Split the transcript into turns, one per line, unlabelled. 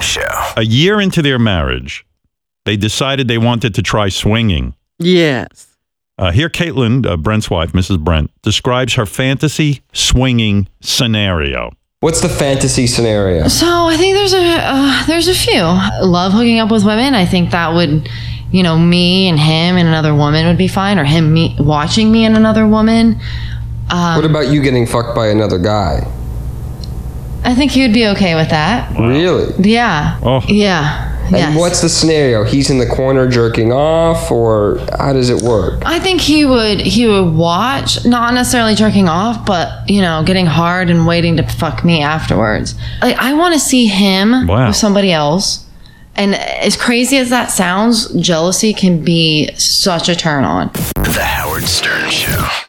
Show.
A year into their marriage, they decided they wanted to try swinging.
Yes.
Uh, here, Caitlin, uh, Brent's wife, Mrs. Brent, describes her fantasy swinging scenario.
What's the fantasy scenario?
So I think there's a uh, there's a few. I love hooking up with women. I think that would, you know, me and him and another woman would be fine, or him me watching me and another woman.
what about you getting fucked by another guy?
I think he would be okay with that.
Really?
Yeah.
Oh.
Yeah.
And
Yes.
what's the scenario? He's in the corner jerking off, or how does it work?
I think he would he would watch, not necessarily jerking off, but you know, getting hard and waiting to fuck me afterwards. Like I want to see him
Wow.
with somebody else. And as crazy as that sounds, jealousy can be such a turn on.
The Howard Stern Show.